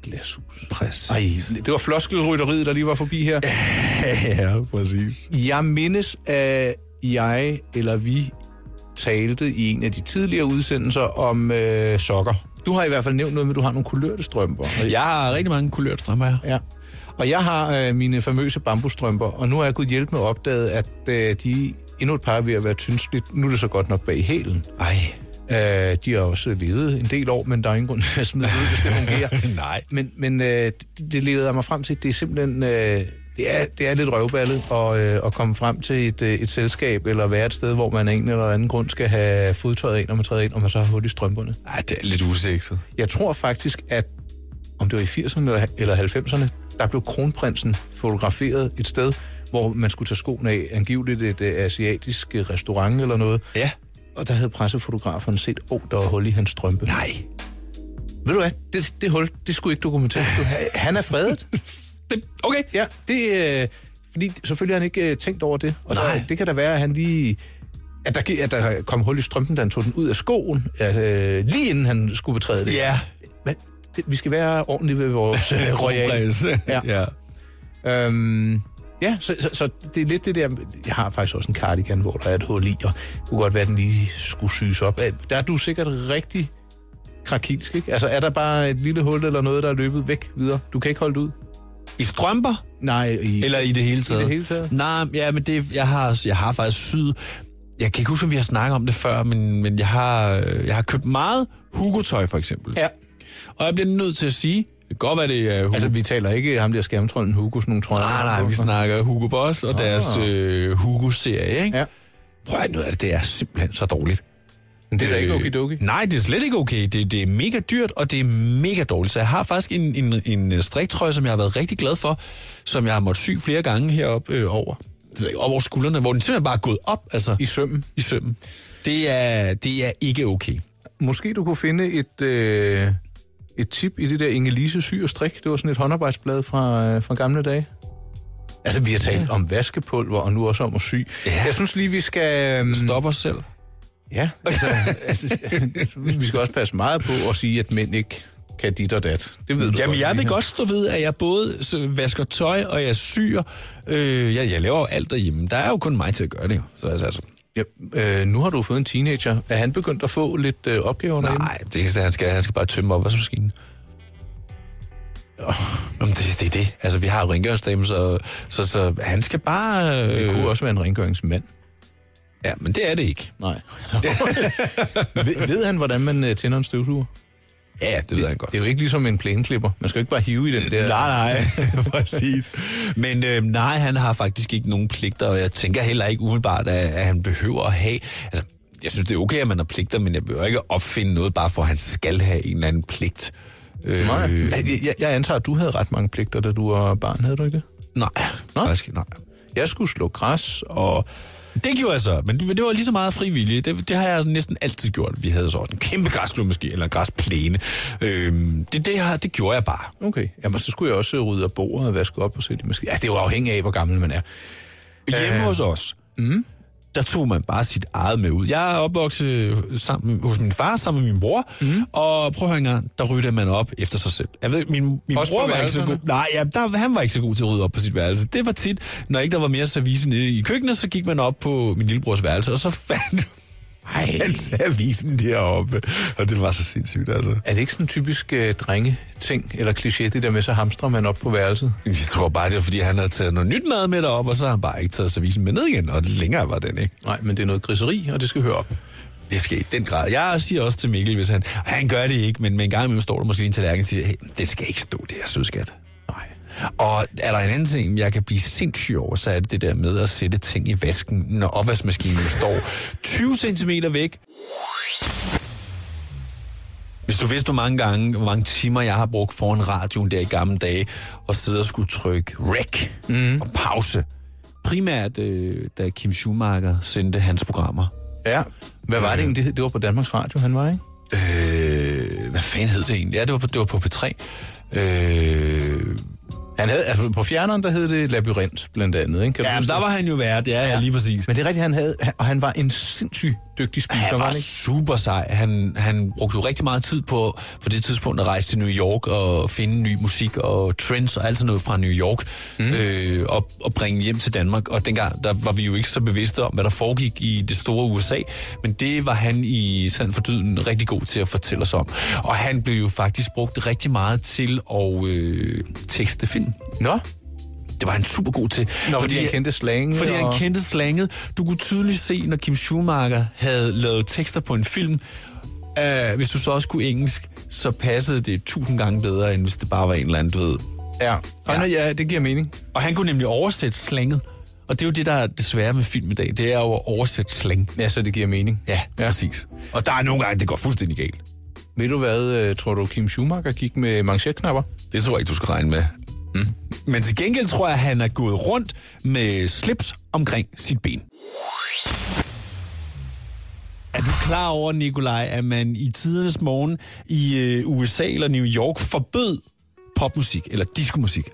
Glashus.
præcis.
Ej, det var floskelrytteriet, der lige var forbi her.
ja, præcis.
Jeg mindes, at jeg eller vi talte i en af de tidligere udsendelser om øh, sokker. Du har i hvert fald nævnt noget med, at du har nogle kulørte strømper.
Jeg har rigtig mange kulørte strømper her.
Ja. Og jeg har øh, mine famøse bambusstrømper, og nu har jeg gået hjælp med opdaget, at øh, de endnu et par er ved at være tyndsligt. Nu er det så godt nok bag hælen.
Ej,
Øh, de har også levet en del år, men der er ingen grund til at smide det ud, hvis det fungerer.
nej.
Men, men øh, det, det leder jeg mig frem til, at det er simpelthen... Øh, det er, det er lidt røvballet at, øh, at komme frem til et, øh, et selskab eller være et sted, hvor man af en eller anden grund skal have fodtøjet ind, når man træder ind, og man så har hul i strømperne.
Ej, det er lidt usikset.
Jeg tror faktisk, at om det var i 80'erne eller- eller 90'erne, der blev kronprinsen fotograferet et sted, hvor man skulle tage skoene af, angiveligt et øh, asiatisk øh, restaurant eller noget.
Ja.
Og der havde pressefotograferen set, åh, oh, der var hul i hans strømpe.
Nej.
Ved du hvad, det, det hul, det skulle ikke dokumenteres. Du- Han er fredet.
Det, okay.
Ja, det øh, fordi selvfølgelig har han ikke øh, tænkt over det. Og så,
Nej.
det kan da være, at han lige... At der, gi- at der kom hul i strømpen, da han tog den ud af skoen, at, øh, lige inden han skulle betræde det.
Ja.
Men det, vi skal være ordentlige ved vores øh, royal.
Kronprins.
Ja.
ja.
Øhm, ja, så, så, så det er lidt det der... Jeg har faktisk også en cardigan, hvor der er et hul i, og det kunne godt være, at den lige skulle syes op. Øh, Der er du sikkert rigtig krakilsk, ikke? Altså, er der bare et lille hul eller noget, der er løbet væk videre? Du kan ikke holde det ud?
I strømper?
Nej, i,
Eller i det hele
i
taget?
det hele taget?
Nej, ja, men det, jeg, har, jeg har faktisk syet... Jeg kan ikke huske, om vi har snakket om det før, men, men jeg, har, øh, jeg har købt meget Hugo-tøj, for eksempel.
Ja.
Og jeg bliver nødt til at sige, det kan godt være, det er Hugo
Altså, vi taler ikke ham der skærmtrollen Hugo, sådan nogle trøjer.
Ah, Nej, nej, vi snakker Hugo Boss og deres øh, Hugo-serie, ikke?
Ah. Ja.
Prøv at høre, noget af det, det er simpelthen så dårligt. Øh,
Men det er da ikke okidoki.
Nej, det er slet ikke okay. Det, det er mega dyrt, og det er mega dårligt. Så jeg har faktisk en, en, en øh, striktrøje, som jeg har været rigtig glad for, som jeg har måttet sy flere gange heroppe øh, over. Det ved jeg ikke, Op over skuldrene, hvor den simpelthen bare er gået op, altså
I sømmen.
i sømmen. Det er, det er ikke okay.
Måske du kunne finde et, øh, et tip i det der Inge-Lise syg og strik. Det var sådan et håndarbejdsblad fra, øh, fra gamle dage. Altså, vi har talt om vaskepulver, og nu også om at sy.
Ja.
Jeg synes lige, vi skal... øhm,
Stop os selv.
Ja, altså, altså, vi skal også passe meget på at sige, at mænd ikke kan dit og dat. Det ved du
Jamen,
godt,
jeg vil
Lina.
godt stå ved, at jeg både så vasker tøj, og jeg syr. Øh, jeg, jeg laver jo alt derhjemme. Der er jo kun mig til at gøre det. jo. Så altså, altså
Ja, øh, nu har du fået en teenager. Er han begyndt at få lidt øh, opgaver derhjemme?
nej, det er ikke, han skal, han skal bare tømme op vaskemaskinen. Nå, men det, det er det. Altså, vi har jo rengøringsdame, så, så, så han skal bare... Øh,
Det kunne også være en rengøringsmand.
Ja, men det er det ikke.
Nej. ved, ved han, hvordan man øh, tænder en støvsuger?
Ja, det ved han godt.
Det er jo ikke ligesom en plæneklipper. Man skal jo ikke bare hive i den der...
Nej, nej, præcis. Men øh, nej, han har faktisk ikke nogen pligter, og jeg tænker heller ikke umiddelbart, at, at han behøver at have... Altså, jeg synes, det er okay, at man har pligter, men jeg behøver ikke opfinde noget, bare for at han skal have en eller anden pligt. Øh,
Nej. Jeg, jeg, jeg antager, at du havde ret mange pligter, da du var barn, havde du ikke det?
Nej,
Nå?
faktisk ikke, nej.
Jeg skulle slå græs, og
Det gjorde jeg så, men det, det var lige så meget frivilligt. Det, det har jeg altså næsten altid gjort. Vi havde så også en kæmpe græsklub måske, eller en græsplæne. Øh, det, det, har, det gjorde jeg bare.
Okay, jamen så skulle jeg også rydde af bordet og vaske op og sætte i maskinen. Ja, det er jo afhængigt af, hvor gammel man er.
Hjemme
Øhm.
hos os, mm. der tog man bare sit eget med ud. Jeg er opvokset sammen, hos min far sammen med min bror, mm. og prøv at høre en gang, der ryddede man op efter sig selv. Jeg ved, min, min
Også
bror
på
var ikke så god.
værelserne?
Nej, ja, der, han var ikke så god til at rydde op på sit værelse. Det var tit, når ikke der var mere service nede i køkkenet, så gik man op på min lillebrors værelse, og så fandt
Ej.
han servicen deroppe. Og det var så sindssygt, altså.
Er det ikke sådan en typisk øh, drenge-ting eller kliché, det der med, så hamstrer man op på værelset?
Jeg tror bare, det var, fordi han havde taget noget nyt mad med derop, og så har han bare ikke taget servicen med ned igen, og længere var den ikke.
Nej, men det er noget griseri, og det skal høre op.
Det skal i den grad. Jeg siger også til Mikkel, hvis han... Han gør det ikke, men, men en gang imellem står der måske lige en tallerken og siger, hey, det skal ikke stå der, sødskat.
Nej.
Og er der en anden ting, jeg kan blive sindssyg over, så er det det der med at sætte ting i vasken, når opvaskemaskinen står 20 cm væk. Hvis du vidste, hvor mange gange, hvor mange timer jeg har brugt foran radioen der i gamle dage, og sidde og skulle trykke rec mm. og pause. Primært, øh, da Kim Schumacher sendte hans programmer.
Ja, hvad var det egentlig? det hed? Det var på Danmarks Radio, han var, ikke?
Øh, hvad fanden hed det egentlig? Ja, det var på, det var på P3. Øh,
Han havde, altså på fjerneren, der hed det Labyrint, blandt andet, ikke? Kan du
ja, men
huske
der
det?
var han jo værd, det er ja. jeg lige præcis.
men det er rigtigt, han havde, han- og han var en sindssygt dygtig spiser,
Han
var
var
han ikke?
super sej. Han, han brugte jo rigtig meget tid på, på det tidspunkt, at rejse til New York og finde ny musik og trends og alt sådan noget fra New York mm. øh, og, og bringe hjem til Danmark. Og dengang, der var vi jo ikke så bevidste om, hvad der foregik i det store USA, men det var han i sand for dyden rigtig god til at fortælle os om. Og han blev jo faktisk brugt rigtig meget til at øh, tekste film.
Nå,
Det var han super god til.
Nå, fordi han kendte slangen
Fordi han
og-
kendte slanget. Du kunne tydeligt se, når Kim Schumacher havde lavet tekster på en film, øh, hvis du så også kunne engelsk, så passede det tusind gange bedre, end hvis det bare var en eller anden, du ved.
ja. Og ja. ja, det giver mening.
Og han kunne nemlig oversætte slanget. Og det er jo det, der er desværre med film i dag. Det er jo at oversætte slang.
Ja, så det giver mening.
Ja, ja. præcis. Og der er nogle gange, det går fuldstændig galt.
Ved du hvad, øh, tror du, Kim Schumacher gik med manchetknapper?
Det tror jeg ikke, du skal regne med. Mm. Men til gengæld tror jeg, at han er gået rundt med slips omkring sit ben. Er du klar over, Nikolaj, at man i tidernes morgen i øh, USA eller New York forbød popmusik eller diskomusik?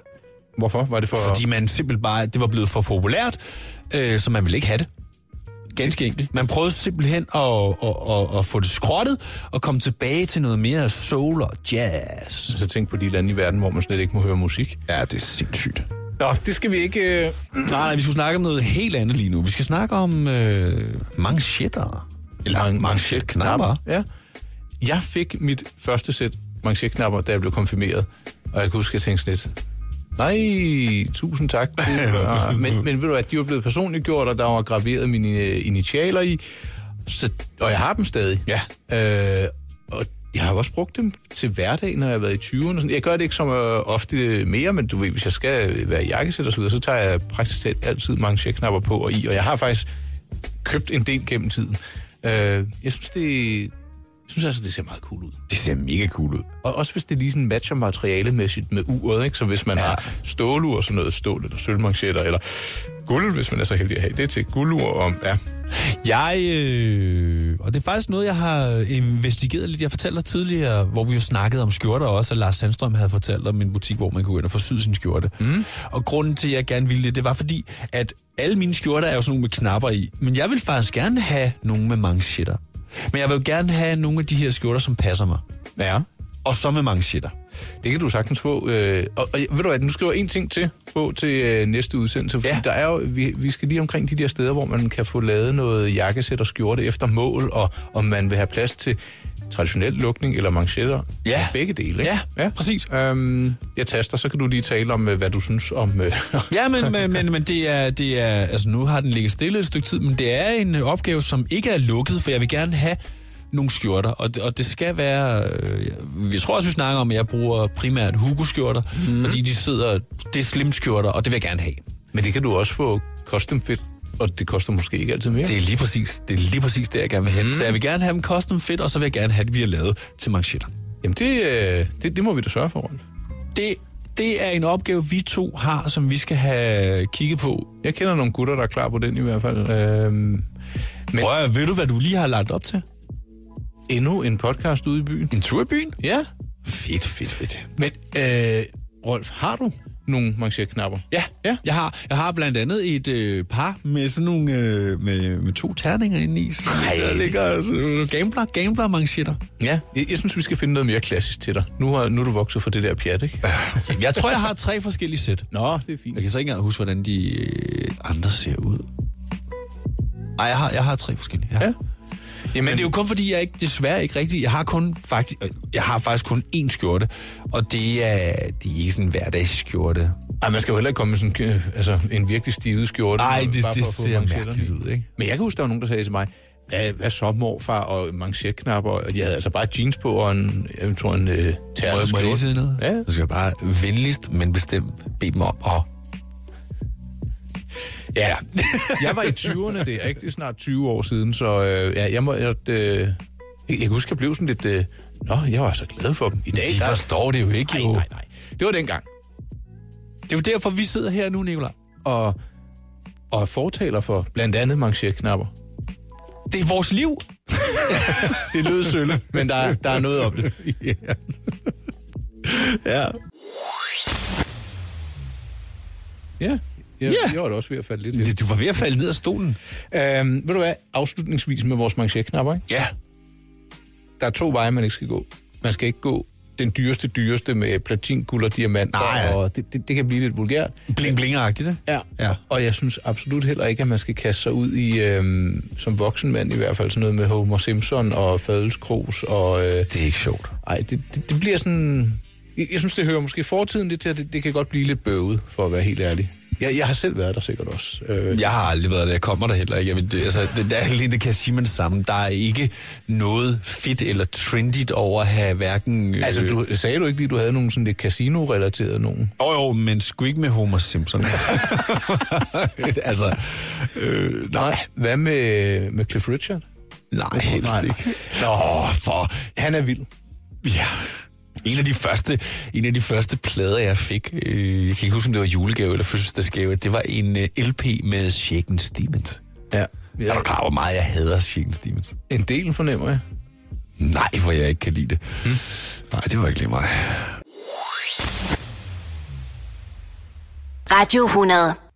Hvorfor? Var det for...
Fordi man simpelthen bare, det var blevet for populært, øh, så man ville ikke have det. Ganske enkelt. Man prøvede simpelthen at, at, at, at få det skrottet og komme tilbage til noget mere soul og jazz.
Så Altså, tænk på de lande i verden, hvor man slet ikke må høre musik.
Ja, det er sindssygt.
Nå, det skal vi ikke... øh,
Nej, nej, vi skulle snakke om noget helt andet lige nu. Vi skal snakke om øh, manchetter. Eller manchetknapper.
Ja. Jeg fik mit første sæt manchetknapper, da jeg blev konfirmeret. Og jeg kan huske, at jeg tænkte sådan lidt... Nej, tusind tak. du- Ah, men, men ved du hvad, de var blevet personligt gjort, og der var graveret mine øh, initialer i. Så, og jeg har dem stadig.
Ja.
Øh, og jeg har jo også brugt dem til hverdag, når jeg har været i 20'erne. og sådan. Jeg gør det ikke så øh, ofte mere, men du ved, hvis jeg skal øh, være i jakkesæt og så videre, så tager jeg praktisk talt altid mange checkknapper på og i, og jeg har faktisk købt en del gennem tiden. Øh, jeg synes, det, jeg synes altså, det ser meget cool ud.
Det ser mega cool ud.
Og også hvis det lige sådan matcher materialemæssigt med uret, ikke? Så hvis man ja. har stålur og sådan noget, stål eller sølvmanchetter, eller guld, hvis man er så heldig at have det til guldur, og ja,
Jeg, øh, og det er faktisk noget, jeg har investigeret lidt. Jeg fortalte dig tidligere, hvor vi jo snakkede om skjorter også, og Lars Sandstrøm havde fortalt om en butik, hvor man kunne gå ind og få syet sin skjorte. Mm. Og grunden til, at jeg gerne ville det, det var fordi, at alle mine skjorter er jo sådan nogle med knapper i. Men jeg vil faktisk gerne have nogle med manchetter. Men jeg vil jo gerne have nogle af de her skjorter, som passer mig.
ja.
Og så med manchetter.
Det kan du sagtens få. Øh, og, og ved du hvad, nu skriver jeg en ting til på til øh, næste udsendelse, fordi
Ja.
ja. der er jo, vi, vi skal lige omkring de der steder, hvor man kan få lavet noget jakkesæt og skjorte efter mål, og om man vil have plads til traditionel lukning eller manchetter.
Ja.
Begge dele, ikke?
Ja, præcis.
Øhm, jeg taster, så kan du lige tale om, øh, hvad du synes om... Øh,
Ja, men, men, men, men det, er, det er, altså nu har den ligget stille et stykke tid, men det er en øh, opgave, som ikke er lukket, for jeg vil gerne have nogle skjorter, og det, og det skal være, øh, vi tror også, vi snakker om, at jeg bruger primært Hugo-skjorter, mm. fordi de sidder, det er slim-skjorter, og det vil jeg gerne have.
men det kan du også få custom fit, og det koster måske ikke altid mere.
Det er lige præcis det, er lige præcis det jeg gerne vil have. Mm. Så jeg vil gerne have dem custom fit, og så vil jeg gerne have det, vi har lavet til manchetter.
Jamen, det, øh, det, det må vi da sørge for, Rolf.
Det, det er en opgave, vi to har, som vi skal have kigget på.
Jeg kender nogle gutter, der er klar på den i hvert fald. Øhm,
Men...
Men-
Prøv, at- ved du, hvad du lige har lagt op til?
endnu en podcast ude i byen.
En tur i byen?
Ja,
Fedt, fedt, fedt.
men øh, Rolf, har du nogle mancherknapper?
Ja, ja.
Ja.
Jeg, har, jeg har blandt andet et øh, par med sådan nogle, øh, med, med to terninger inde i. Nej, der ligger altså, nogle gambler, gambler manchetter.
Ja, jeg, jeg synes, vi skal finde noget mere klassisk til dig. Nu, har, nu er du vokset fra det der pjat, ikke?
Jeg tror, jeg har tre forskellige sæt.
Nå, det er fint.
Jeg kan så ikke engang huske, hvordan de øh, andre ser ud. Ej, jeg har, jeg har tre forskellige. Ja.
Ja.
ja.
Jamen,
Men det er jo kun fordi, jeg ikke, desværre ikke rigtig... Jeg har, kun faktisk, jeg har faktisk kun én skjorte, og det er, det er ikke sådan en hverdagsskjorte.
Ej, man skal jo heller ikke komme med sådan øh, altså, en virkelig stivet skjorte.
Nej, det,
bare for
det
at få
ser
manchetterne
mærkeligt
i.
ud, ikke?
Men jeg kan huske, der var nogen, der sagde til mig, hvad, hvad så morfar og mancherknapper? Og de havde altså bare jeans på og en, jeg tror, en øh,
Må jeg,
ternet
må jeg lige sige noget?
Ja.
Du skal jeg bare venligst, men bestemt bede dem om at
Ja. jeg var i 20'erne, det er ikke det er snart 20 år siden, så øh, ja, jeg må... Jeg, øh, jeg, jeg kan huske, jeg blev sådan lidt... Øh, Nå, jeg var så glad for dem. I dag,
De
der...
forstår det jo ikke,
Nej,
jo.
nej, nej. Det var dengang.
Det er jo derfor, vi sidder her nu, Nicolaj.
Og, og er fortaler for blandt andet mancherknapper.
Det er vores liv.
Det lød sølle, men der, der er noget om det.
Ja.
Ja, jeg,
Ja.
jeg var da også ved at falde lidt ind.
Du var ved at falde ned af stolen.
Øhm, ved du hvad, afslutningsvis med vores manchetknapper, ikke?
Ja.
Der er to veje, man ikke skal gå. Man skal ikke gå den dyreste, dyreste med platin, guld og diamanter,
Nej.
og det, det, det kan blive lidt vulgært.
Bling, bling agtigt
Ja.
Ja.
ja, og jeg synes absolut heller ikke, at man skal kaste sig ud i, øhm, som voksen mand i hvert fald, sådan noget med Homer Simpson og Fadelskrus, og øh,
Det er ikke sjovt.
ej, det, det, det bliver sådan... Jeg, jeg synes, det hører måske fortiden lidt til, at det, det kan godt blive lidt bøvet, for at være helt ærlig. Jeg, jeg har selv været der sikkert også. Øh,
Jeg har aldrig været der. Jeg kommer der heller ikke. Jeg ved, det, altså, det, der, er lige- det kan jeg sige med det samme. Der er ikke noget fedt eller trendigt over at have hverken... Øh,
Altså, du, sagde du ikke lige, du havde nogen sådan lidt casino-relateret nogen?
Jo, jo, men sgu ikke med Homer Simpson. altså, øh, nej,
Hvad med, med Cliff Richard?
nej, helst
Nej.
ikke. Nå, for
Han er vild.
Ja. En af de første, en af de første plader, jeg fik, øh, jeg kan ikke huske, om det var julegave eller fødselsdagsgave, det var en øh, LP med Shaken Stevens.
Ja.
Er
ja.
du klar, over, hvor meget jeg hader Shaken Stevens?
En del fornemmer jeg.
Nej, hvor jeg ikke kan lide det. Hmm. Nej, det var ikke lige mig.
Radio 100.